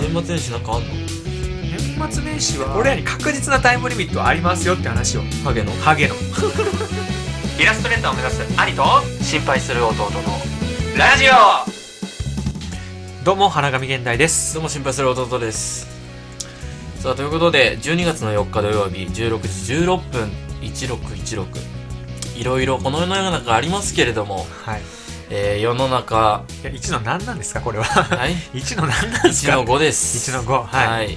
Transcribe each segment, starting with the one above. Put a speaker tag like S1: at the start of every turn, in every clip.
S1: 年末年始なんかあんの
S2: 年末年始は俺らに確実なタイムリミットありますよって話を
S1: ハゲの
S2: ハゲの イラストレーターを目指す兄と
S1: 心配する弟の
S2: ラジオどうも花神現代です
S1: どうも心配する弟ですさあということで12月の4日土曜日16時16分1616いろいろこの世の中ありますけれども、
S2: はい
S1: えー世の中
S2: いや1の何なんですかこれは
S1: はい
S2: 1の何なんです
S1: 1
S2: か
S1: の5です
S2: 1の5はい
S1: はい
S2: はい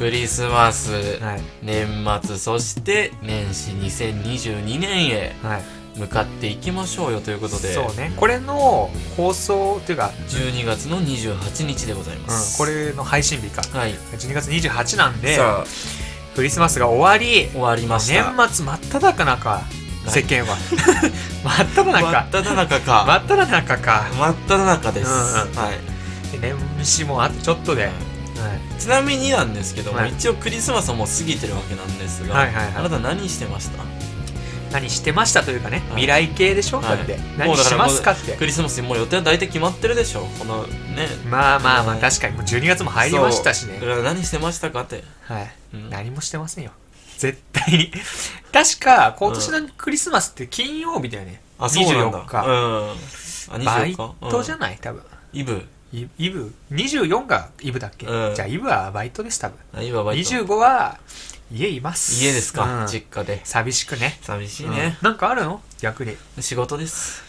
S1: クリスマス、
S2: はい
S1: 年末そして年始2022年へ
S2: はい
S1: 向かっていきましょうよということで
S2: そうねこれの放送というか、
S1: 12月の28日でございま
S2: うん、
S1: す、
S2: これの配信日か
S1: はい
S2: 12月28なんで
S1: さあ
S2: クリスマスが終わり
S1: 終わりまし
S2: 年
S1: た
S2: 末真っ只中世間は 真っ只
S1: 真
S2: 中
S1: っ只中か
S2: 真っ只中か
S1: 真っ只中です、
S2: うんうん
S1: はい
S2: で年始もあとちょっとで、はい、
S1: ちなみになんですけども、
S2: はい
S1: 一応クリスマスはもう過ぎてるわけなんですが、
S2: はいはいはい
S1: あなた何してました
S2: 何してましたというかね、
S1: はい
S2: 未来系でしょ、
S1: はい
S2: だって
S1: も
S2: 何
S1: うだか
S2: し
S1: らもう
S2: ますかって
S1: クリスマスもう予定は大体決まってるでしょこのね
S2: まあまあまあ
S1: うん
S2: 確かにもう12月も入りましたしね
S1: そうだ、から何してましたかって、
S2: はい、
S1: うん
S2: 何もしてませんよ絶対に 確か今年のクリスマスって金曜日だよね、
S1: あそうなんだ
S2: 24日
S1: うんあ
S2: バ
S1: 24
S2: イ
S1: 日
S2: トじゃ
S1: うん
S2: ない多分
S1: イブ
S2: イイブ24がイブだっけ、
S1: うん
S2: じゃあイブはバイトです多分
S1: あイブはバイト
S2: 25は家います
S1: 家ですか、
S2: うん
S1: 実家で
S2: 寂しくね
S1: 寂しいね、
S2: うんなんかあるの逆に
S1: 仕事です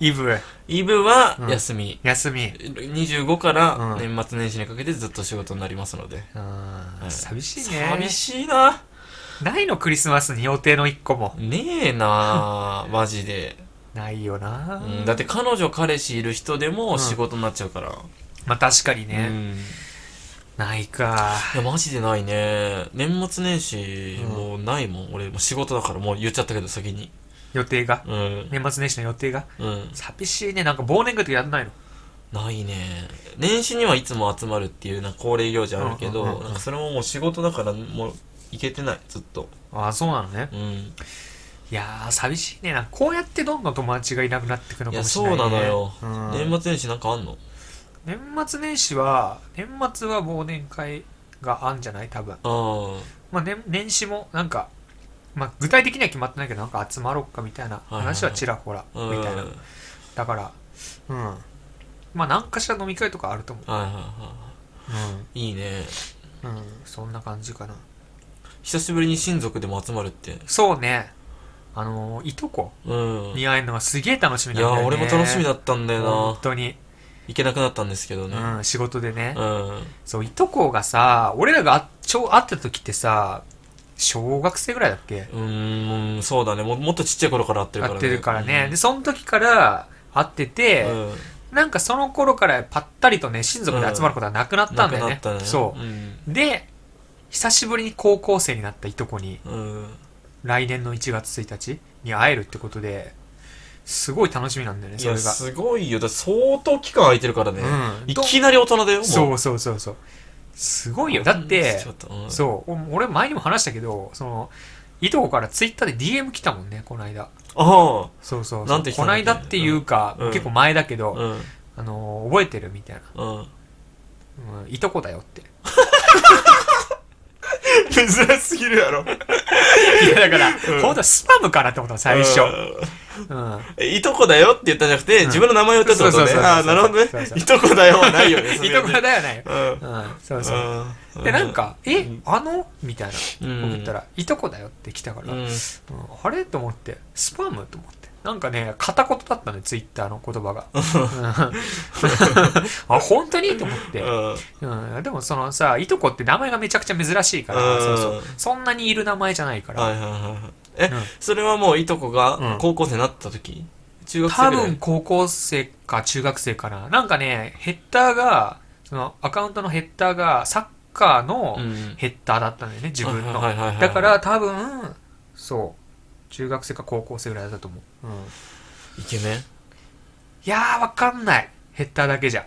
S2: イブ
S1: イブは
S2: うん
S1: 休み、
S2: 休み
S1: 25から
S2: うん
S1: 年末年始にかけてずっと仕事になりますので、
S2: あー
S1: はい
S2: 寂しいね
S1: 寂しいな
S2: ないのクリスマスに予定の一個も
S1: ねえ なマジで、
S2: ないよな、
S1: うん、だって彼女彼氏いる人で
S2: う
S1: も
S2: ん
S1: 仕事になっちゃうから、
S2: まあ確かに
S1: うん
S2: ね、ないか
S1: いやマジでないね年末年始
S2: うん
S1: もうないもん、俺もう仕事だからもう言っちゃったけど先に
S2: 予定が
S1: うん、
S2: 年末年始の予定が
S1: うん、
S2: 寂しいねなんか忘年会とかやんないの
S1: ないね年始にはいつも集まるっていうなんか恒例行事あるけど、
S2: うんうんうんうん
S1: なんかそれももう仕事だからもう行けてないずっと
S2: ああそうなのね
S1: うん
S2: いやー寂しいねなんかこうやってどんどん友達がいなくなっていくの
S1: い
S2: か
S1: や
S2: もし
S1: そ
S2: れな
S1: う
S2: い、ね、
S1: なのよ、
S2: うん
S1: 年末年始なんかあんの
S2: 年末年始は年末は忘年会があんじゃない多分
S1: あ
S2: まあ、年年始もなんか、まあ、具体的には決まってないけどなんか集まろうかみたいな
S1: はいはい
S2: 話はちらほら
S1: あうん
S2: みたいな
S1: はい
S2: だからうんまあ何かしら飲み会とかあると思う
S1: はいは
S2: う
S1: いいいね
S2: ん、うん、そんな感じかな
S1: 久しぶりに親族でも集まるって
S2: そうねあのーいとこ
S1: うんい
S2: に会えるのがすげえ楽しみなんだ
S1: や
S2: よ、ね、
S1: 俺も楽しみだったんだよ
S2: 本
S1: な
S2: 当に、
S1: 行けなくなったんですけどね
S2: うん、仕事でね、
S1: うん
S2: そういとこがさ俺らがあちょ会ってた時ってさ小学生ぐらいだっけ
S1: うんそうだねももっとちっちゃい頃から会ってるからね
S2: 会ってるからね、でその時から会ってて、
S1: うんうん
S2: なんかその頃からぱったりとね、親族で集まることはなくなったんだよ
S1: な
S2: ね
S1: く。なったね
S2: そう
S1: うん
S2: う。で、久しぶりに高校生になったいとこに、
S1: うん
S2: 来年の1月1日に会えるってことで、すごい楽しみなんだよね、
S1: い
S2: それ
S1: や
S2: が。
S1: すごいよだって相当期間空いてるからね
S2: うん
S1: いきなり大人だよも
S2: そうそうそうそう。すごいよ。だって
S1: ちょ、とうん
S2: そう、お俺前にも話したけど、その、いとこからツイッターで DM 来たもんね、この間。
S1: あ
S2: そうそうそう。
S1: なんて来た
S2: こ
S1: んだ
S2: の
S1: っけ
S2: 間っていうか、
S1: うん
S2: 結構前だけ
S1: あ
S2: ど、
S1: うん
S2: あのー覚えてるみたいな。
S1: うん
S2: うんいとこだよって。
S1: 珍しすぎるやろ
S2: いやだから、
S1: うん
S2: 本当はスパムかなって思ったの、最初。
S1: うん
S2: うん。
S1: えいとこだよって言ったんじゃなくて、自分の名前を言ったってこと
S2: そう
S1: ね
S2: そうそうそう
S1: ああなるほどね
S2: そうそう
S1: いとこだよはないよ ね
S2: いとこだよね。
S1: だよ
S2: うん、そうそう。
S1: うん
S2: で、なんか、え
S1: うん、
S2: あのみたいな。
S1: うん
S2: 送ったら、いとこだよって来たか
S1: う
S2: ら、うん
S1: ん
S2: あれと思って、スパムと思って。なんかね、片言だったね、ツイッターの言葉が。うん あ、本当にと思って。
S1: うん
S2: うん、でもそのさ、いとこって名前がめちゃくちゃ珍しいから、
S1: うん
S2: そうそうそんなにいる名前じゃないから。
S1: はいはいはいえ、
S2: うん
S1: それはもういとこ
S2: う
S1: が
S2: ん
S1: 高校生になった時、中学生
S2: 多
S1: ぐらい
S2: 分高校生か中学生かな。なんかね、ヘッダーが、そのアカウントのヘッダーがサッカーの
S1: うん
S2: ヘッダーだったんだよね、自分の
S1: はいはいはいはい。
S2: だから多分、そう、中学生か高校生ぐらいだと思う。い
S1: イケメン
S2: やー、わかんない。ヘッダーだけじゃ。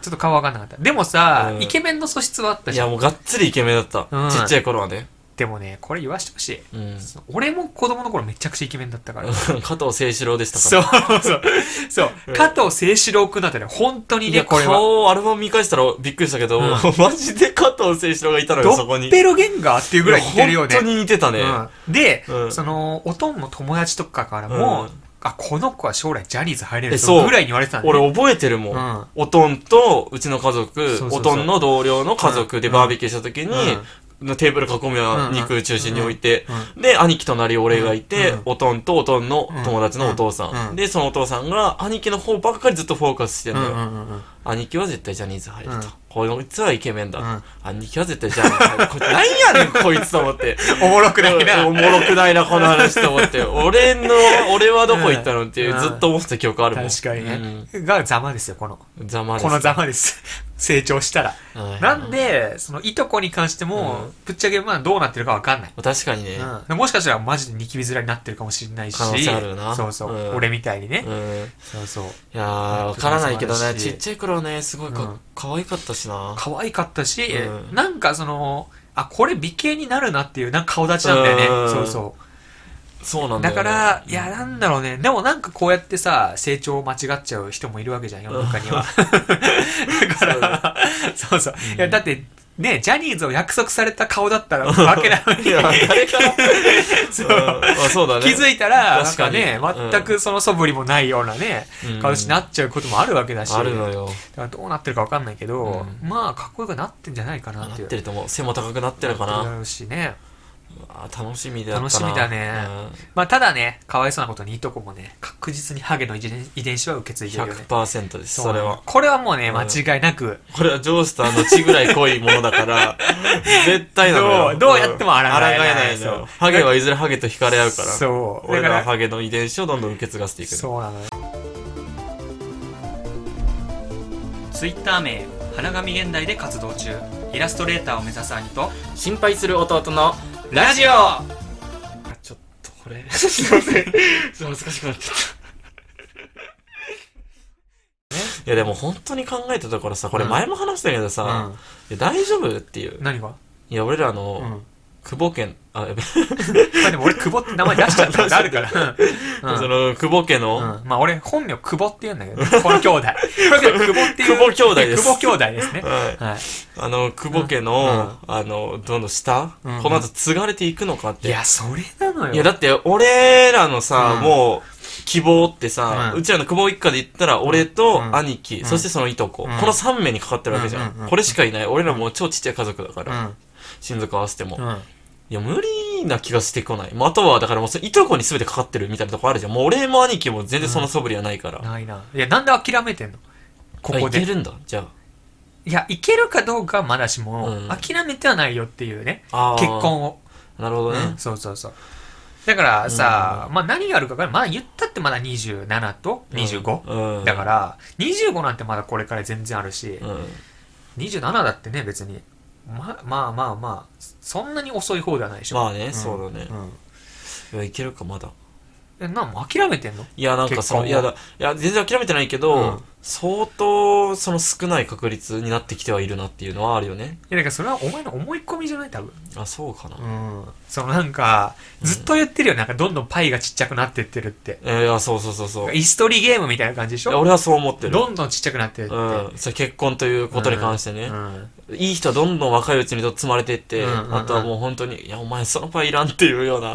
S2: ちょっと顔わかんなかった。でもさ、
S1: うん
S2: イケメンの素質はあった
S1: い
S2: じゃ
S1: や
S2: ん。
S1: もうがっつりイケメンだった、
S2: うん
S1: ちっちゃい頃はね
S2: でもね、これ言わしてほしい。
S1: うん、
S2: その俺も子供の頃めちゃくちゃイケメンだったから。
S1: 加藤清志郎でした
S2: そ
S1: か
S2: うそう。そう
S1: うん。
S2: 加藤清志郎くんだったね、本当に
S1: い
S2: ね、
S1: や
S2: これは。
S1: 顔をアルバム見返したらびっくりしたけど、
S2: うん
S1: マジで加藤清志郎がいたのよそ
S2: ド
S1: こ
S2: ッ
S1: に
S2: ペルゲンガーっていうぐらい似てるよね。
S1: 本当に似てたね、
S2: うん、で、
S1: うん
S2: その、おとんの友達とかから
S1: う
S2: も、
S1: ん
S2: あ、この子は将来ジャニーズ入れる
S1: えそう
S2: ぞぐらいに言われてたんだよ、
S1: 俺覚えてるもん、
S2: うん
S1: おとんとうちの家族
S2: そうそう
S1: お
S2: そう
S1: とんの同僚の家族で
S2: うん
S1: バーベキューした時に、テーブル囲みは
S2: うん
S1: 肉中心に置いて、
S2: うん
S1: で、兄貴隣俺がいて、
S2: うん
S1: おとんとおとんの友達のお父さん。
S2: うんうん
S1: で、そのお父さんが、兄貴の方ばっかりずっとフォーカスして
S2: うんん
S1: の
S2: う
S1: よ。
S2: んうんうんうん
S1: 兄貴は絶対ジャニーズ入ると。
S2: うん
S1: こいつはイケメンだと。
S2: うん
S1: 兄貴は絶対ジャニーズ入る。こいつなんやねん、こいつと思って。
S2: おもろくないな。
S1: おもろくないな、この話と思って。 俺の、俺はどこ行ったのっていう、
S2: うん
S1: ずっと思ってた記憶あるもん。
S2: 確かにね。が、ざまですよ、この。
S1: うん。ざまです。
S2: このざまです。 成長したら。
S1: はい
S2: なんで、その、いとこに関しても、
S1: うん
S2: ぶっちゃけ、まあ、どうなってるかわかんない。
S1: 確かにね。
S2: うん、もしかしたらマジでニキビ面になってるかもしれないし
S1: 可能性あるよな
S2: そうそう、
S1: うん
S2: 俺みたいにね、
S1: うん。
S2: そうそう
S1: いやー、わからないけどね、
S2: 素晴らし
S1: ち
S2: い
S1: っちゃい頃はね、すごいか、
S2: うん
S1: 可愛かったしな。
S2: 可愛かったし、
S1: うん
S2: なんかそのあこれ美形になるなっていうなんか顔立ちなんだよね、
S1: うん
S2: そうそ
S1: そうなん
S2: う
S1: だ
S2: だ
S1: よ、ね。
S2: から、いやなんだろうねでもなんかこうやってさ成長を間違っちゃう人もいるわけじゃん世の 中にはだからそうそう、いやだってねジャニーズを約束された顔だったらわけなの
S1: い
S2: に
S1: や、誰から、
S2: そう
S1: うんあそうだね。
S2: 気づいたら、なん
S1: 確か
S2: か
S1: に
S2: ね、全くその素振りもないようなね、
S1: うん
S2: 顔になっちゃうこともあるわけだし、
S1: あるのよ。
S2: だからどうなってるかわかんないけど、
S1: う
S2: まあ、かっこよくなってんじゃないかな
S1: な
S2: っ
S1: って
S2: いう。
S1: てると思う。背も高くなって
S2: な
S1: るかな。
S2: だろうしね。
S1: あ楽しみだったな。
S2: 楽しみだねまあ、ただね、かわいそうなことにいとこもね、確実にハゲの遺伝遺伝子は受け継
S1: うん
S2: いでるよね。
S1: 100%です、
S2: う
S1: それは。
S2: これはもうね、
S1: うん
S2: 間違いなく、
S1: これはジョースターの血ぐらい濃いものだ から、絶対なの
S2: ど
S1: よ。
S2: うどうやっても抗えない
S1: 抗えないのよ
S2: そう
S1: ハゲはいずれハゲと惹かれ合うから。
S2: そう。
S1: 俺
S2: だから
S1: は
S2: ら、
S1: ハゲの遺伝子をどんどん受け継がせていくの。
S2: そうなのよ。
S3: ツイッター名花神現代で活動中イラストレーターを目指す兄と
S1: 心配する弟の
S3: ラジオ
S1: ちょっとこ れ、すいません。ちょっと恥ずかしくなっちゃった。いやでも本当に考えてたからさ、これ前も話したけどさ、いや大丈夫っていう
S2: うん、。何が
S1: いや俺ら
S2: う
S1: の、
S2: ん。
S1: 久保家、あ、やべ、
S2: まあでも俺、久保って名前出しちゃったことあるから。うんう ん
S1: その、久保家の、
S2: うん、まあ俺本名久保って言うんだけど、 ね、この兄弟。この久保っていう。
S1: 久保兄弟です
S2: 久保兄弟ですね。
S1: はい
S2: はい。
S1: あの、久保家の、あの、どんどん下、
S2: うん
S1: この後継がれていくのかっ
S2: い
S1: て。
S2: や、それなのよ。
S1: いや、だって、俺らのさ、
S2: うん
S1: もう、希望ってさ、
S2: う
S1: うんちらの久保一家で言ったら、俺と
S2: うん
S1: 兄貴、
S2: うん
S1: そしてそのいとこ、
S2: うん
S1: この3名にかかってるわけじゃん。
S2: うんうんうん
S1: これしかいない。俺らもう超ちっちゃい家族だから、
S2: う
S1: 親族合わせても。
S2: ん。うん。
S1: いや、無理な気がしてこない。まあ、あとは、だからもうそ、いとこに全てかかってるみたいなとこあるじゃん。もう俺も兄貴も全然その素振りはないから。
S2: ないな。いや、なんで諦めてんのここ
S1: あい
S2: で。
S1: けるんだ、じゃ
S2: いや、いけるかどうかはまだしも、
S1: うん
S2: 諦めてはないよっていうね。
S1: あ。あー
S2: 結。婚を。
S1: なるほどね。
S2: うんそうそうそう。だからさ、まあ何があるかが、まあ言ったってまだ27と 25?、
S1: うん。
S2: だから、25なんてまだこれから全然あるし、
S1: うん。
S2: 27だってね、別に。ま、まあまあまあ、そんなに遅い方ではないでしょ。
S1: まあね、
S2: ん
S1: そうだね。
S2: ん
S1: いや、いけるか、まだ。
S2: え、なんもう諦めてんの
S1: いや、なんかその、い
S2: 結婚
S1: や
S2: を
S1: だ、いや、全然諦めてないけど、
S2: うん
S1: 相当、その少ない確率になってきてはいるなっていうのはあるよね。
S2: いや、だからそれはお前の思い込みじゃない多分。
S1: あ、そうかな。
S2: うん。そのなんか、ずっと言ってるよ。なんかどんどんパイがちっちゃくなってってるって。
S1: えーいや、そうそうそうそう。い
S2: イストリーゲームみたいな感じでし
S1: や
S2: ょ
S1: 俺はそう思ってる。
S2: どんどんちっちゃくなってるって。
S1: うん。それ結婚ということに関してね
S2: う。ん
S1: いい人はどんどん若いうちにとっつまれてって、
S2: うんうんうん
S1: あとはもう本当に、いや、お前そのパイいらんっていうよう な、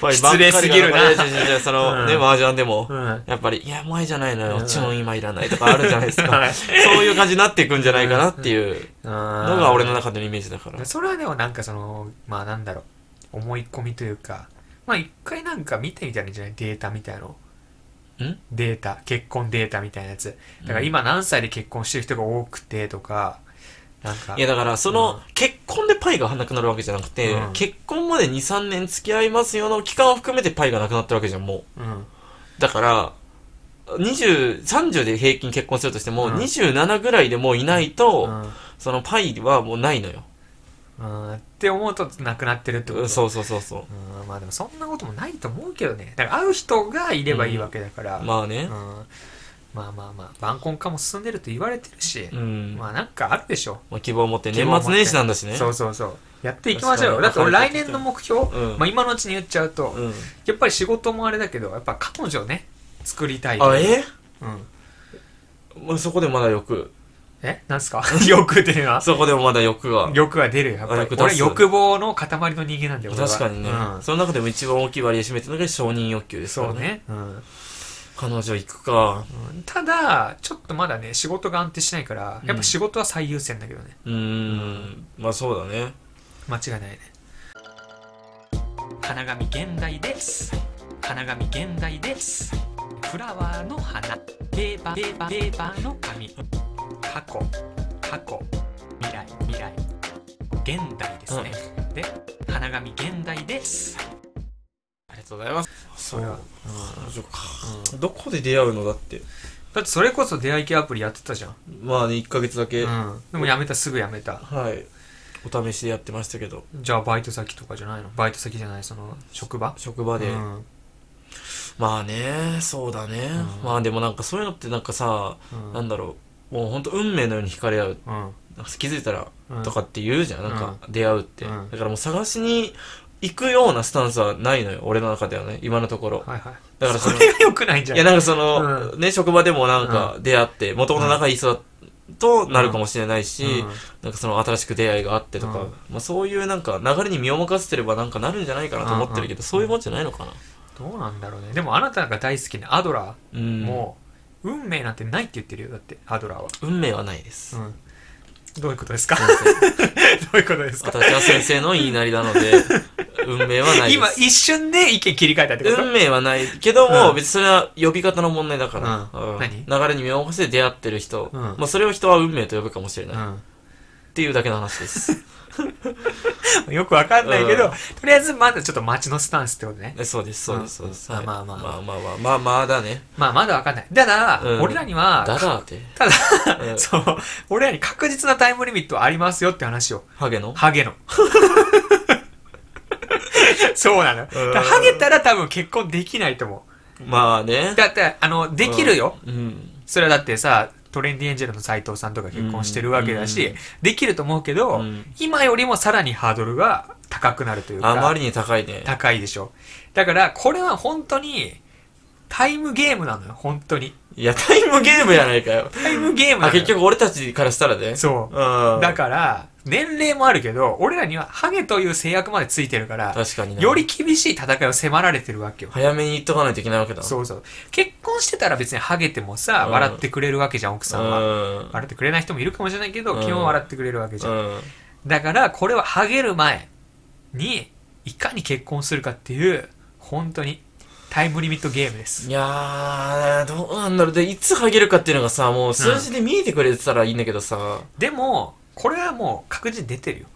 S1: パイばっか
S2: 失
S1: り
S2: 礼
S1: が
S2: すぎるな
S1: 残されててその、
S2: うん
S1: ね、麻雀でも
S2: う。ん。
S1: やっぱり、いや、前じゃないのよ。
S2: うん
S1: 注文今いらないとかあるじゃないですか。
S2: はい
S1: そういう感じになっていくんじゃないかなっていう
S2: の
S1: のが俺の中でのイメージだから。
S2: それはでもなんかその、まあなんだろう。思い込みというか、まあ一回なんか見てみたらいいんじゃないデータみたいの。
S1: ん
S2: データ、結婚データみたいなやつ。だから
S1: うん
S2: 今何歳で結婚してる人が多くてとか、なんか。
S1: いやだからその結婚でパイがなくなるわけじゃなくて、
S2: うん
S1: 結婚まで23年付き合いますよの期間を含めてパイがなくなってるわけじゃんも
S2: うん。
S1: うだから20 30で平均結婚するとしても、
S2: うん
S1: 27ぐらいでもういないと、
S2: うん
S1: そのパイはもうないのよ、
S2: うんって思うとなくなってるってこと
S1: そうそうそうそ
S2: うんまあでもそんなこともないと思うけどねだから会う人がいればいいわけだから、
S1: うまあね、
S2: うんまあまあまあまあ晩婚化も進んでると言われてるし、
S1: うん
S2: まあなんかあるでしょ
S1: まあ、希望を持って
S2: 希
S1: 年
S2: 望を持って
S1: 末年始なんだしね
S2: そうそうそうやっていきましょうよだっ
S1: 確
S2: て
S1: かに
S2: 俺来年の目標、
S1: うん
S2: まあ、今のうちに言っちゃうと、
S1: うん、
S2: やっぱり仕事もあれだけどやっぱ彼女をね作りたい
S1: あえ
S2: うん、
S1: まあそこでまだ欲
S2: えなんすか 欲っていうのは
S1: そこでもまだ欲が
S2: 欲は出るよやっぱ
S1: あ
S2: り
S1: 欲出す
S2: 俺欲望の塊の人間なんだよ俺は
S1: 確かにね、
S2: うん
S1: その中でも一番大きい割合占めてるのが承認欲求ですから
S2: そう
S1: ね
S2: ね、うん
S1: 彼女行くか
S2: うんただちょっとまだね仕事が安定しないからやっぱ仕事は最優先だけどね、
S1: うーんまあそうだね
S2: 間違いないね
S3: 花紙現代です花紙現代ですフラワーの花ペーパーペーパーペーパーの紙
S2: 過去
S3: 過去未来未来現代ですね、で花紙現代です
S1: ありがとうございますそ
S2: それは、
S1: う
S2: うん
S1: 彼女か
S2: うん
S1: どこで出会うのだって
S2: だってそれこそ出会い系アプリやってたじゃん、
S1: まあね1ヶ月だけ、
S2: うん、でもやめたすぐやめた
S1: はいお試しでやってましたけど
S2: じゃあバイト先とかじゃないのバイト先じゃないその職場
S1: 職場で、
S2: うん
S1: まあねそうだね、
S2: うん
S1: まあでもなんかそういうのってなんかさ、
S2: うん
S1: なんだろうもうほんと運命のように惹かれ合う
S2: うん
S1: なんか気づいたら
S2: うん
S1: とかって言うじゃん、なんか出会うって、
S2: うん
S1: だからもう探しに行くようなスタンスはないのよ俺の中ではね今のところ
S2: はいはい
S1: だからそ
S2: そ
S1: の
S2: れが良くないんじゃ
S1: い
S2: な
S1: やな
S2: い
S1: んかその、
S2: う
S1: ね職場でもなんか出会ってもともと仲いい人だとなるかもしれないし、
S2: うん
S1: なんかその新しく出会いがあってとか、
S2: うん
S1: まあ、そういうなんか流れに身を任せてればなんかなるんじゃないかなと思ってるけど、
S2: うん
S1: そういうもんじゃないのかな
S2: どうなんだろうねでもあなたが大好きなアドラ
S1: うん
S2: ーも、運命なんてないって言ってるよだってアドラーは、
S1: 運命はないです、
S2: どういうことですか ど
S1: 先生
S2: ういうことですか
S1: 私は先生の言いなりなの で運命はないです
S2: 今一瞬で意見切り替えたってこと、
S1: 運命はないけども、
S2: うん
S1: 別にそれは呼び方の問題だから、
S2: うん
S1: うん
S2: 何
S1: 流れに身を任せて出会ってる人、
S2: うん
S1: まあ、それを人は運命と呼ぶかもしれない、っ
S2: う
S1: ていうだけの話です
S2: ん、よくわかんないけど、
S1: うん
S2: とりあえずまだちょっと街のスタンスってことね
S1: えそうですそうですそうです、
S2: うん
S1: はい
S2: まあまあ
S1: まあまあまあまあまあだね
S2: まあまだわかんないただ、
S1: うん
S2: 俺らには
S1: だだって
S2: ただ、
S1: うん
S2: そう俺らに確実なタイムリミットはありますよって話を
S1: ハゲの
S2: ハゲの そうなのだからハゲたら多分結婚できないと思
S1: まあね
S2: うだってあのできるよ、
S1: うん
S2: それはだってさトレンディエンジェルの斎藤さんとか結婚してるわけだし、
S1: うん
S2: できると思うけど、
S1: うん
S2: 今よりもさらにハードルが高くなるというか
S1: あまりに高いね
S2: 高いでしょだからこれは本当にタイムゲームなのよ本当に
S1: いやタイムゲームやないかよ
S2: タイムゲームな
S1: あ
S2: のよ
S1: 結局俺たちからしたらね
S2: そう
S1: うん
S2: だから年齢もあるけど俺らにはハゲという制約までついてるから
S1: 確かにな
S2: より厳しい戦いを迫られてるわけよ
S1: 早めに言っとかないといけないわけだ
S2: そうそう結婚してたら別にハゲてもさ
S1: うん
S2: 笑ってくれるわけじゃん奥さんは
S1: ん
S2: 笑ってくれない人もいるかもしれないけど、
S1: うん
S2: 基本笑ってくれるわけじゃん。
S1: うん
S2: だから、これはハゲる前に、いかに結婚するかっていう、本当に、タイムリミットゲームです。
S1: いやー、どうなんだろう。で、いつハゲるかっていうのがさ、もう数字で見えてくれてたらいいんだけどさ、
S2: でも、これはもう確実に出てるよ。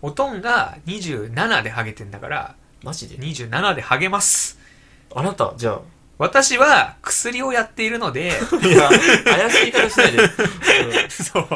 S2: おとんが27でハゲてんだから、
S1: マジで
S2: 27でハゲます。
S1: あなた、じゃ
S2: 私は薬をやっている ので、
S1: あ。いや、怪しいからしないで。
S2: そう、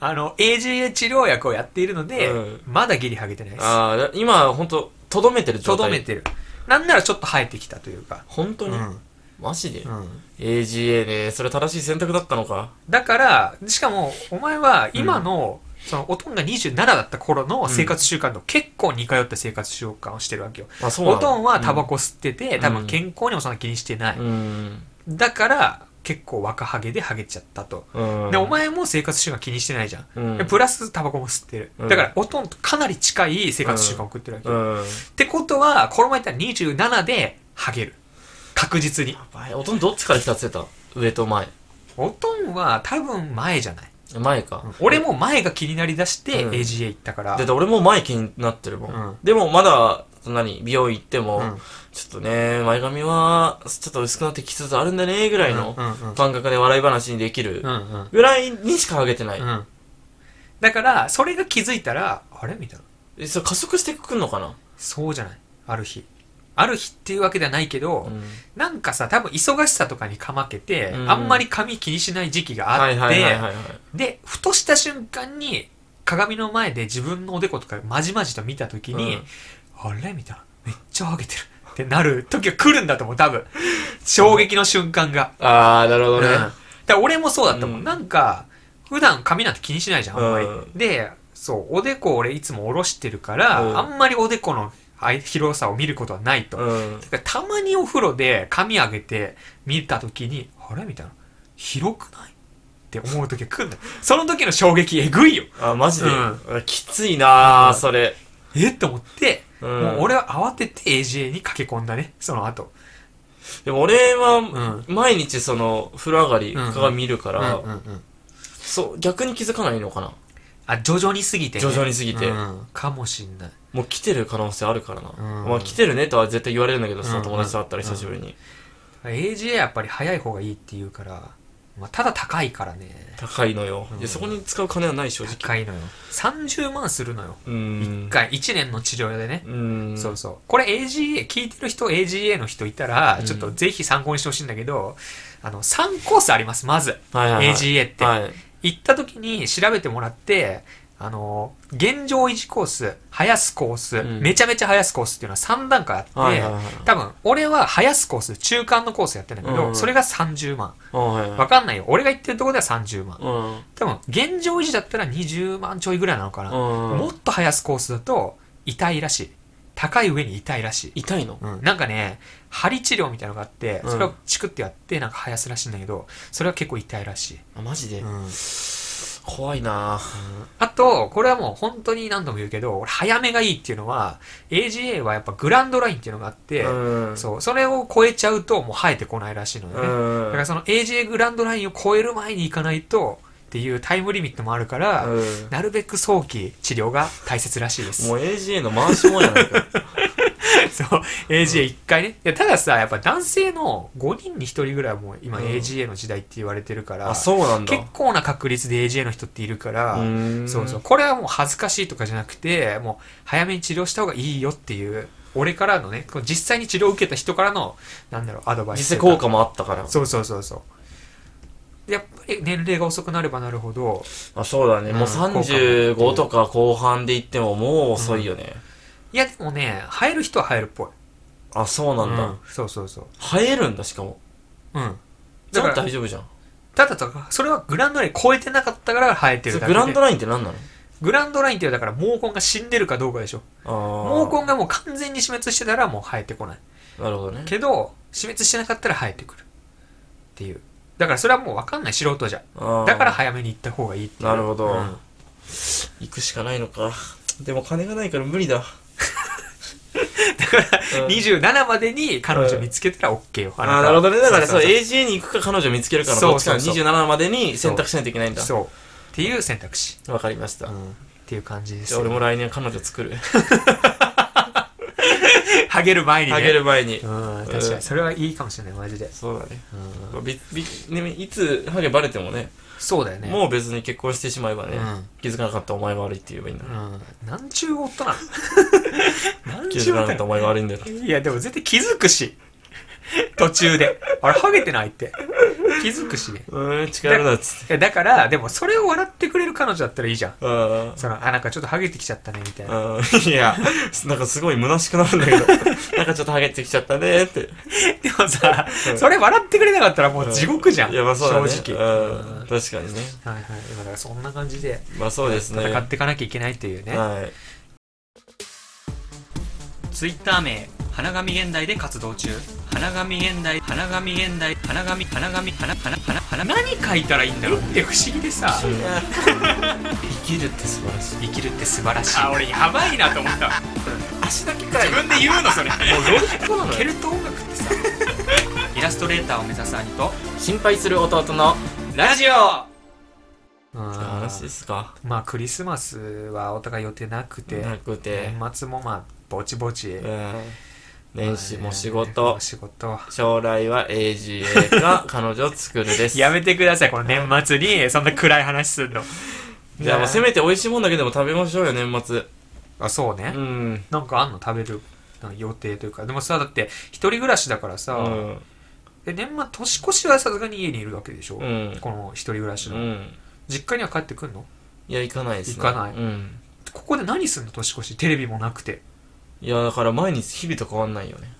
S2: あの、AGA 治療薬をやっているので、
S1: うん
S2: まだギリハゲてないです。
S1: あー、今、ほんと、とどめてる状
S2: と
S1: 態。
S2: どめ。てる。なんならちょっと生えてきたというか。
S1: 本当に、
S2: うん
S1: マジで、
S2: うん、
S1: ?AGA ね、それ正しい選択だったのか。
S2: だから、しかも、お前は今の、その、おとんが27だった頃の生活習慣と結構似通った生活習慣をしてるわけよ。
S1: まあ、そうな
S2: お
S1: の
S2: とんはタバコ吸ってて、
S1: ん
S2: 多分健康にもそんな気にしてない。
S1: うん。
S2: だから、結構若ハゲでハゲちゃったと。
S1: うん。
S2: で、お、前も生活習慣気にしてないじゃん。
S1: うん
S2: でプラスタバコも吸ってる。
S1: うん
S2: だから、おとんとかなり近い生活習慣を送ってるわけ
S1: う
S2: よ。
S1: ん。
S2: ってことは、この前言ったら27でハゲる。確実に。
S1: あれおとんどっちから来たって言ってた上と前。
S2: おとんは多分前じゃない。
S1: 前か。
S2: 俺も前が気になりだして
S1: うん
S2: AGA 行ったから、
S1: で、俺も前気になってるもん。
S2: うん
S1: でもまだ、何、美容院行っても、
S2: うん
S1: ちょっとね、前髪は、ちょっと薄くなってきつつあるんだね、ぐらいの
S2: うんうんうん
S1: 感覚で笑い話にできる
S2: うんうん
S1: ぐらいにしか上げてない。
S2: うんだからそれが気づいたらあれみたいな
S1: えそれ加速してくんのかな、
S2: そうじゃないある日ある日っていうわけではないけど、
S1: うん
S2: なんかさ多分忙しさとかにかまけて、
S1: うん
S2: あんまり髪気にしない時期があ
S1: は
S2: っ
S1: い
S2: て、
S1: はいはいはいはい。
S2: でふとした瞬間に鏡の前で自分のおでことかまじまじと見た時に、
S1: うん
S2: あれみたいなめっちゃハゲてるってなる時が来るんだと思う多分衝撃の瞬間が
S1: あー、なるほどね。
S2: うんだだから俺もそうだったもん、
S1: うん
S2: なんか普段髪なんて気にしないじゃんあんまり、
S1: うん
S2: でそうおでこを俺いつも下ろしてるから、
S1: うん
S2: あんまりおでこのあい広さを見ることはないと、
S1: うん
S2: だからたまにお風呂で髪上げて見た時にあれみたいな広くないって思う時が来るんだよその時の衝撃えぐいよ
S1: あマジで、
S2: う
S1: きついなあ、
S2: うん
S1: それ、
S2: えっと思って、
S1: うん
S2: もう俺は慌てて AJ に駆け込んだねその後
S1: でも俺は
S2: う
S1: 毎日その風呂上がり鏡見るか
S2: うん
S1: ら、
S2: うんうん
S1: そう逆に気づかないのかな
S2: あ徐々に過ぎて、ね、
S1: 徐々に過ぎて
S2: うんかもしんない
S1: もう来てる可能性あるからな、
S2: うん
S1: まあ来てるねとは絶対言われるんだけど
S2: うん
S1: さ、
S2: うん
S1: 友達と会ったら久しぶりに、
S2: AJ やっぱり早い方がいいって言うから、まあ、ただ高いからね
S1: 高いのよ、
S2: うん
S1: いやそこに使う金はない正直
S2: 高いのよ30万するのよ
S1: うん
S2: 1回1年の治療でね、
S1: うん
S2: そうそうこれ AGA 聞いてる人 AGA の人いたら
S1: うん
S2: ちょっとぜひ参考にしてほしいんだけど、あの3コースありますまず
S1: はいはいはい、
S2: AGA って、
S1: はい
S2: 行った時に調べてもらってあの現状維持コース生やすコース、
S1: うん
S2: めちゃめちゃ生やすコースっていうのは3段階あって、
S1: はいはいはい
S2: 多分俺は生やすコース中間のコースやってんだけど、
S1: うん
S2: それが30万
S1: あはいはい
S2: わかんないよ。俺が言ってるところでは30万。
S1: うん
S2: 多分、現状維持だったら20万ちょいぐらいなのかな。
S1: うん
S2: もっと生やすコースだと、痛いらしい。高い上に痛いらしい。
S1: 痛いの
S2: うん、なんかね、針治療みたいなのがあって、
S1: うん
S2: それをチクってやって、なんか生やすらしいんだけど、それは結構痛いらし
S1: あマジで、
S2: い。うん、
S1: 怖いな
S2: あと、これはもう本当に何度も言うけど、俺早めがいいっていうのは、AGA はやっぱグランドラインっていうのがあって、
S1: うん
S2: そう、それを超えちゃうともう生えてこないらしいのよね。だからその AJ グランドラインを超える前に行かないとっていうタイムリミットもあるから、
S1: うん
S2: なるべく早期治療が大切らしいです。
S1: もう AGA の回しもんやないか
S2: そう、AJ1 回ね。いやたださ、やっぱ男性の5人に1人ぐらいはもう今
S1: うん
S2: AGA の時代って言われてるから、
S1: あそうなんだ
S2: 結構な確率で AGA の人っているから、
S1: うん
S2: そうそう、これはもう恥ずかしいとかじゃなくて、もう早めに治療した方がいいよっていう、俺からのね、こう実際に治療を受けた人からの、なんだろう、アドバイ
S1: 実
S2: ス。
S1: 際効果もあったから
S2: そうそうそうそう。やっぱり年齢が遅くなればなるほど、
S1: あそうだね、
S2: うん
S1: もう35とか後半で行ってももう遅いよね、
S2: いやでもね、生える人は生えるっぽい。
S1: あそうなんだ、
S2: うんそうそうそう。
S1: 生えるんだしかも
S2: うん。
S1: じ
S2: だ
S1: ゃ
S2: か
S1: あ
S2: ら
S1: 大、丈夫じゃん
S2: ただとか、それはグランドライン超えてなかったから生えて
S1: それ
S2: るだけ
S1: グ
S2: で。
S1: ランドラインって何なの
S2: グランドラインっていうのはだから毛根が死んでるかどうかでしょ。毛
S1: あ
S2: 根がもう完全に死滅してたらもう生えてこない。
S1: 根なるほどね
S2: けど、死滅してなかったら生えてくる。っていう。だからそれはもう分かんない素人じゃ。だ
S1: だ
S2: から早めに行った方がいいっていう。
S1: なるほど
S2: うん
S1: 行くしかないのかでも金がないから無理だだから
S2: 27までに彼女見つけたら OK よ。
S1: ああ
S2: た
S1: なるほどねだからそう
S2: う
S1: AGA に行くか彼女見つけるかの
S2: そう
S1: どっちかの
S2: そうそう
S1: 27までに選択しないといけないんだ
S2: そう。っていう選択肢。
S1: わかりました
S2: うん。っていう感じです
S1: じゃあ
S2: よ。
S1: 俺も来年彼女作る
S2: ハゲる前にね。
S1: あげる前に
S2: うん、
S1: う
S2: 確か
S1: ん
S2: に。それはいいかもしれない、マジで。
S1: そうだね
S2: うん、
S1: びびねいつハゲバレてもね
S2: そうだよね。
S1: もう別に結婚してしまえばね
S2: うん
S1: 気づかなかったお前が悪いって言えばいいんだ
S2: う、ん。なんちゅう夫な のなん
S1: 気
S2: ちゅ
S1: づ
S2: う
S1: かなか
S2: 夫
S1: っ
S2: な
S1: たお
S2: の
S1: 前が悪いんだよ
S2: いや、でも絶対気づくし。途中で。あれ、ハゲてないって。気づくしね。
S1: うーん力だっつって
S2: いやだから、でもそれを笑ってくれる彼女だったらいいじゃん。
S1: うん
S2: その、あ、なんかちょっとハゲてきちゃったね、みたいな。
S1: うんいや、 なんかすごい虚しくなるんだけど、 なんかちょっとハゲてきちゃったねって。
S2: でもさ
S1: う、ん
S2: それ笑ってくれなかったらもう地獄じゃん。
S1: いや、まあそうだね。
S2: 正直。
S1: うん
S2: はい
S1: 確かにね。
S2: はい。今だからそんな感じで
S1: まあそうですね。
S2: 戦っていかなきゃいけないっていうね。
S1: はい。
S3: ツイッター名花神現代で活動中花神現代花神現代花神花神花花花花何
S2: 何書いたらいいんだろうって不思議でさ
S1: 生きるって素晴らしい。
S2: 生きるって素晴らしいあ俺やばいなと思った
S1: 足だけかい。
S2: 分で言うの それもうロジックな
S1: のよ
S2: ケルト音楽ってさ
S3: イラストレーターを目指す兄と
S1: 心配する弟の
S3: ラジオ
S1: 話ですか。
S2: まあクリスマスはお互い予定なくて
S1: なくて。
S2: 年末もまあぼちぼち
S1: うん。年始も仕
S2: はい
S1: 事
S2: お。仕事
S1: 将来は AGA か彼女を作るです。
S2: やめてくださいこの年末にそんな暗い話すんの
S1: じゃあもうせ
S2: ね
S1: めて美味しいもんだけでも食べましょうよ、年末。
S2: あそう
S1: う
S2: ね
S1: ん。
S2: なんかあんの食べるなんか予定というかでもさだって一人暮らしだから
S1: う
S2: さ
S1: ん。
S2: え年末年越しはさすがに家にいるわけでしょ
S1: うん。
S2: この一人暮らし
S1: う
S2: の
S1: ん。
S2: 実家には帰ってくんの
S1: いや、行かないですね。
S2: 行かない
S1: うん。
S2: ここで何すんの年越しテレビもなくて
S1: いや、だから毎日日々と変わんないよね。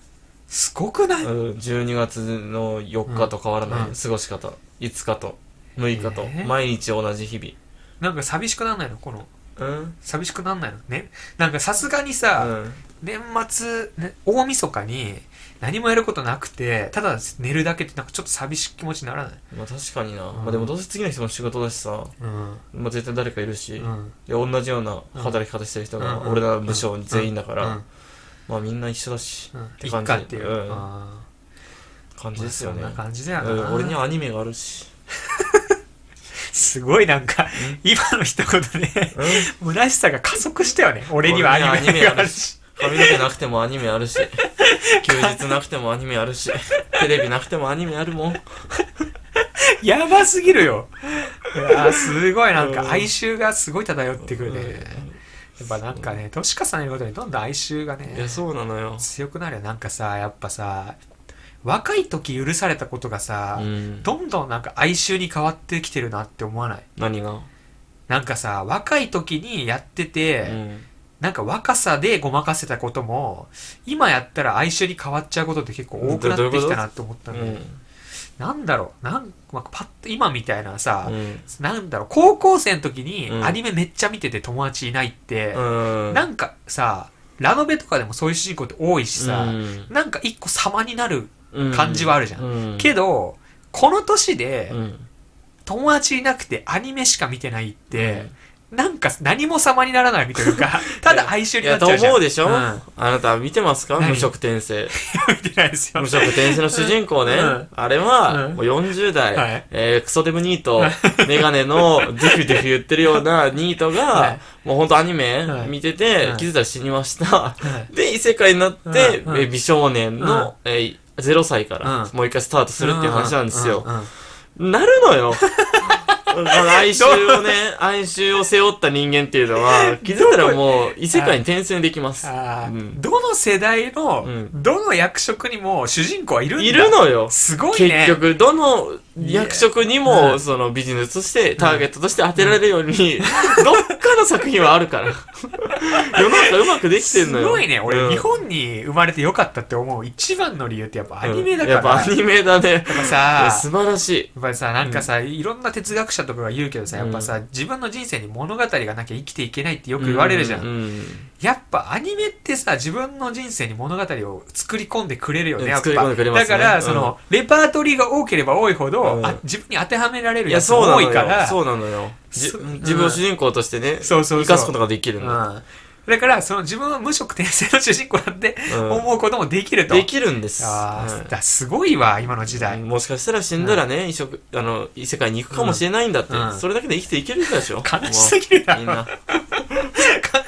S2: すごくない、
S1: うん、12月の4日と変わらない、
S2: うん
S1: 過ごし方。5日と。 6日と
S2: えー
S1: 毎日同じ日
S2: なんか寂しくなんないのこの
S1: 々うん
S2: 寂しくなんないのねなんかさすがに
S1: う
S2: さ、
S1: ん
S2: 年末、ね、大晦日に何もやることなくてただ寝るだけってなんかちょっと寂しい気持ちにならない
S1: まあ確かにな、
S2: ん
S1: まあでもどうせ次の人も仕事だしさ、
S2: うん
S1: まあ、絶対誰かいるし、
S2: う
S1: いや
S2: ん
S1: 同じような働き方してる人が
S2: うん
S1: 俺ら部署全員だから、
S2: うん
S1: まあみんな一緒だし、
S2: うん
S1: て
S2: 一
S1: 感じ
S2: 家っていう、
S1: うん
S2: あ
S1: 感
S2: ー
S1: じですよね、
S2: まあそんな感じだよな、
S1: うん、俺にはアニメがあるし、
S2: すごいなんか今の一言で
S1: うん、
S2: 虚しさが加速したよね俺にはアニメがあるし
S1: 髪の毛なくてもアニメあ るし休日なくてもアニメあるしテレビなくてもアニメあるもん
S2: やばすぎる よいやーすごいなん
S1: うん
S2: か哀愁がすごい漂ってくるね、
S1: うん
S2: やっぱなんかね年重ねるごとにどんどん哀愁がね
S1: いやそうなのよ、
S2: 強くなるよなんかさやっぱさ若い時許されたことがさ、
S1: うん、
S2: どんどんなんか哀愁に変わってきてるなって思わない
S1: 何が、
S2: なんかさ若い時にやって
S1: う
S2: て、
S1: ん、
S2: なんか若さでごまかせたことも今やったら哀愁に変わっちゃうことって結構多くなってきたなって思っ
S1: う
S2: た
S1: ん
S2: んだよ、なんだろうなんまあパッと今みたいなさ、
S1: うん
S2: なんだろう高校生の時に
S1: うん
S2: アニメめっちゃ見てて友達いないって、
S1: うん
S2: なんかさラノベとかでもそういう主人公って多いしさ、
S1: うん
S2: なんか一個様になる
S1: うん
S2: 感じはあるじゃん
S1: う
S2: けど、この年で
S1: うん
S2: 友達いなくてアニメしか見てないって、なんか何も様にならないみたいな か、ただ哀愁
S1: い
S2: にな
S1: や
S2: っ
S1: と
S2: ちゃうじゃん。
S1: 思うでしょ、
S2: うん
S1: あなた見てますか
S2: 何
S1: 無職転生
S2: 見てないですよ
S1: 無。職転生の主人公ね、
S2: うん
S1: あれは、
S2: うん
S1: もう40代、
S2: はい
S1: えークソデブニートメガネのデュフデュフ言ってるようなニートが、
S2: はい
S1: もうほんとアニメ
S2: はい
S1: 見てて、
S2: はい
S1: 気づいたら死にました、
S2: は
S1: で異世界になって、
S2: うんうん
S1: えー美少年の、えー0歳から、
S2: うん
S1: もう一回スタートするっていう話なんですよ、
S2: ううんうん
S1: なるの よこの哀愁をね、哀愁を背負った人間っていうの は、気づいたらもう異世界に転生できます。
S2: あー
S1: うん
S2: どの世代の、
S1: うん
S2: どの役職にも主人公はいるんだ
S1: いるのよ。
S2: すごいね。
S1: 結局、どの役職に
S2: いやう
S1: も、
S2: ん
S1: そのビジネスとして、ターゲットとして当てられるように、 どっかの作品はある から。世の中うまくできてんのよ。
S2: すごいね。俺、
S1: うん
S2: 日本に生まれてよかったって思う一番の理由ってやっぱアニメだから。
S1: やっぱアニメだね。
S2: やっぱ さ、
S1: 素晴らしい。
S2: やっぱりさ、なんかさ、いろんな哲学者とかが言うけどさ、
S1: うん
S2: やっぱさ、自分の人生に物語がなきゃ生きていけないってよく言われるじゃん。
S1: ううん
S2: やっぱアニメってさ、自分の人生に物語を作り込んでくれるよ
S1: う
S2: ね、
S1: ん
S2: やっぱ。
S1: 作り込んでくれますね
S2: だから、
S1: うん
S2: その、レパートリーが多ければ多いほど、
S1: うん
S2: あ自分に当てはめられる
S1: い
S2: や
S1: や、
S2: つ
S1: そう
S2: も
S1: な
S2: 多
S1: の
S2: いから、
S1: よ。そうなのよ。じ
S2: そうん
S1: 自分を主人公としてね、
S2: そうそうそう
S1: 生かすことができる
S2: うん
S1: だ。
S2: だから、その自分は無職転生の主人公だって
S1: うん
S2: 思うこともできると。
S1: できるんです。
S2: あー
S1: うん
S2: だすごいわ、今の時代。
S1: もしかしたら死んだらね、移植あの異世界に行くかもしれないんだって、
S2: うんうん
S1: それだけで生きていけるんでしょ
S2: 悲しすぎる
S1: も
S2: だ
S1: うみん
S2: ろ。
S1: な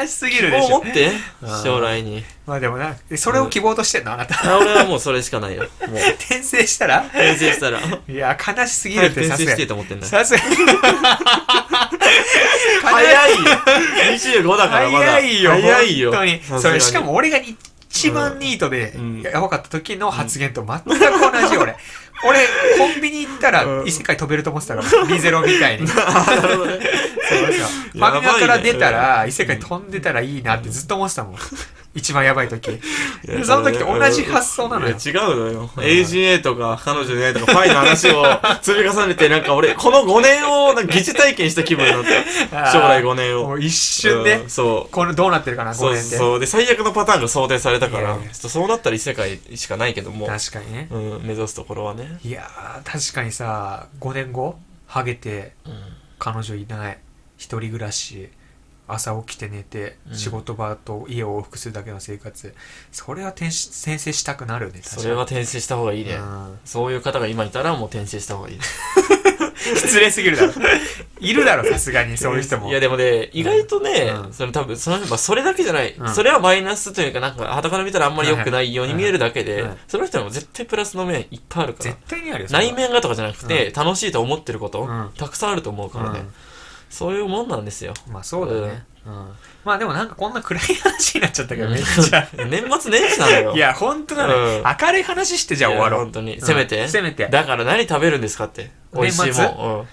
S2: 悲しすぎるでし
S1: も
S2: ょ
S1: う。持って
S2: うん
S1: 将来に
S2: まあでもな、えそれを希望としてんの、あなた。
S1: あ俺はもうそれしかないよもう
S2: 転生したら
S1: 転生したら早
S2: いや、悲しすぎ
S1: く
S2: るって
S1: 転生
S2: さす
S1: し
S2: が
S1: てえ
S2: に。
S1: と思ってんだ
S2: さすがに。
S1: 早いよ25だからまだ
S2: 早いよ。
S1: 早いよ
S2: 本当に。
S1: さすがに
S2: それ、しかも俺が一番ニートで
S1: うん、
S2: やばかった時の発言と全く同じよ、俺。俺、コンビニ行ったら
S1: うん
S2: 異世界飛べると思ってたから、リゼロみたいに。そ う
S1: あーなるほどね
S2: ですよファミマから出たら、異世界飛んでたらいいなってずっと思ってたもん。一番やばい時。
S1: いや
S2: その時と同じ発想なのよ
S1: いや違うのよ AGA とか彼女の愛とかファイの話を 積み重ねてなんか俺この5年をなんか疑似体験した気分になった将来5年を
S2: もう一瞬で
S1: うん、そう
S2: このどうなってるかな、
S1: そ
S2: 5
S1: う
S2: 年で。
S1: そうで最悪のパターンが想定されたか
S2: い
S1: ら
S2: やいや
S1: ちょっとそうなったら異世界しかないけども、
S2: 確かにね。
S1: うん、目指すところはね、
S2: いやー、確かにさ、5年後、ハゲて、彼女いない、一人暮らし、朝起きて寝て、
S1: うん
S2: 仕事場と家を往復するだけの生活、それは転し転生したくなるよね、確かに。
S1: それは転生した方がいいね、
S2: うん
S1: そういう方が今いたらもう転生した方がいいね
S2: 失礼すぎるだろ。いるだろ、さすがに、 そういう人も。
S1: いやでもね意外とね、
S2: うん
S1: その多分その人、まあ、それだけじゃない、
S2: うん
S1: それはマイナスというかなんかはから見たらあんまり良くないように見えるだけで、
S2: うんうん
S1: その人も絶対プラスの面いっぱいあるから
S2: 絶対にあるよ、それは
S1: 内面がとかじゃなくて、楽しいと思ってること、
S2: うん
S1: たくさんあると思うからね、そういうもんなんですよ
S2: うんまあ、そうだね。うんまあでもなんかこんな暗い話になっちゃったけど、めっちゃ。
S1: 年末年始なのよ
S2: いや、ほんとなのよ、
S1: うん
S2: 明るい話してじゃあ終わ
S1: い
S2: ろ
S1: や
S2: う
S1: 本。当に。
S2: ん
S1: せめて。
S2: せめて
S1: だから何食べるんですかって。美味しい
S2: 年末
S1: もん。うん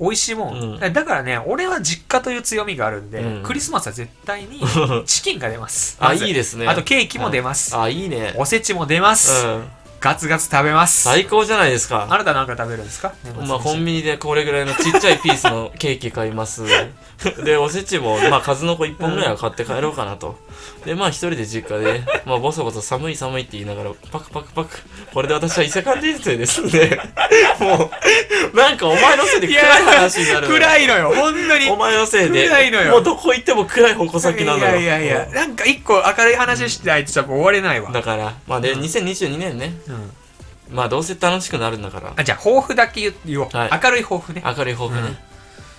S2: 美味しいもん、
S1: う
S2: だからね俺は実家という強みがあるんで、
S1: うん
S2: クリスマスは絶対 にチキンが出ます
S1: あ、
S2: まず
S1: いいですね。
S2: あとケーキも出ます、
S1: あ、いいね。
S2: おせちも出ます、
S1: うん。
S2: ガツガツ食べます。
S1: 最高じゃないですか
S2: あなたなんか食べるんですか年末年始
S1: まあコンビニでこれぐらいのちっちゃいピースの ケーキ買いますでおせちもまあ数の子1本ぐらいは買って帰ろうかなとでまあ一人で実家でまあボソボソ寒い寒いって言いながらパクパクパクこれで私は異世界人生です ねもうなんかお前のせいで
S2: い
S1: 暗
S2: や
S1: い話になるのよ
S2: 暗いのよ、ほんとに。
S1: お前のせいで
S2: 暗いのよ
S1: もうどこ行っても暗い矛先なのよ
S2: いやいやいや、なんか一個明るい話してないと多分終われないわ。
S1: だからまあで、2022年ね
S2: うん
S1: まあどうせ楽しくなるんだから
S2: あじゃあ、抱負だけ言言おう。
S1: はい
S2: 明るい抱負ね。
S1: 明るい抱負ね、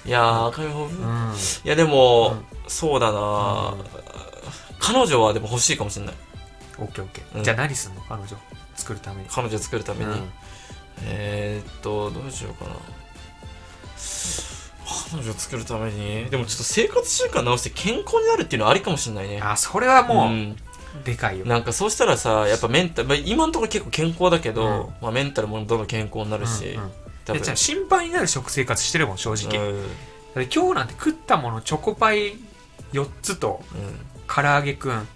S1: いやー明るい抱負、
S2: う
S1: い
S2: ん
S1: やでも、そうだなー、
S2: うん
S1: 彼女はでも欲しいかもしれない
S2: オッケーオッケ
S1: う
S2: ー。
S1: ん
S2: じゃあ何すんの彼女作るために。
S1: 彼女作るために、
S2: うん
S1: えー、っとどうしようかな彼女作るためにでもちょっと生活習慣直して健康になるっていうのはありかもしれないね
S2: あ、それはも
S1: う
S2: う、
S1: ん
S2: でかいよ。
S1: なんかそうしたらさやっぱメンタル、まあ、今のところ結構健康だけど、
S2: うん
S1: まあ、メンタルもどんどん健康になるし、
S2: うんうん
S1: 多
S2: で
S1: 分
S2: じゃあ心配になる食生活してるもん正直、
S1: うん
S2: だって今日なんて食ったものチョコパイ4つと
S1: う
S2: 唐揚げくん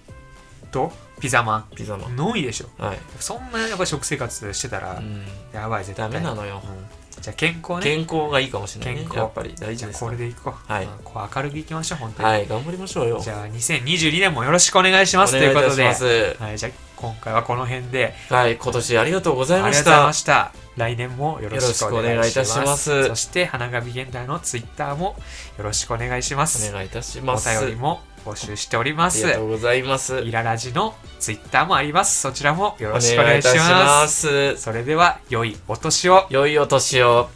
S2: とピザマ
S1: ん、ピザマン
S2: ンのみでしょ
S1: はい、
S2: そんなやっぱ食生活してたら、
S1: うん、
S2: やばい絶
S1: ダ
S2: 対
S1: メなのよ
S2: うんじゃあ健康ね
S1: 健康がいいかもしれない、ね、
S2: 健康
S1: やっぱり大事
S2: じゃ
S1: で
S2: あ
S1: す
S2: これでいこう、
S1: はい
S2: うんこう明るくいきましょう本当に、
S1: はい頑張りましょうよ
S2: じゃあ2022年もよろしくお願いし
S1: お
S2: ますとい
S1: 願いうい
S2: こ
S1: た
S2: と
S1: し
S2: で
S1: ます
S2: はい、じゃあ今回はこの辺で
S1: はい今年ありがとうござい
S2: あ
S1: ま
S2: りがと
S1: し
S2: うござい
S1: た
S2: ました。来年もよろしくお願いいたし
S1: よろしくお願いいたし
S2: ま。
S1: ますす
S2: そして、花神現代のツイッターもよろしくお願いします。
S1: お願いいたし
S2: お
S1: ます
S2: 便りも募集しており
S1: あ
S2: ま
S1: り
S2: す
S1: が。とうございます
S2: イララジのツイッターもあります。そちらもよ
S1: お
S2: ろしくお願いします。
S1: す
S2: それでは、良いお年を。
S1: 良いお年を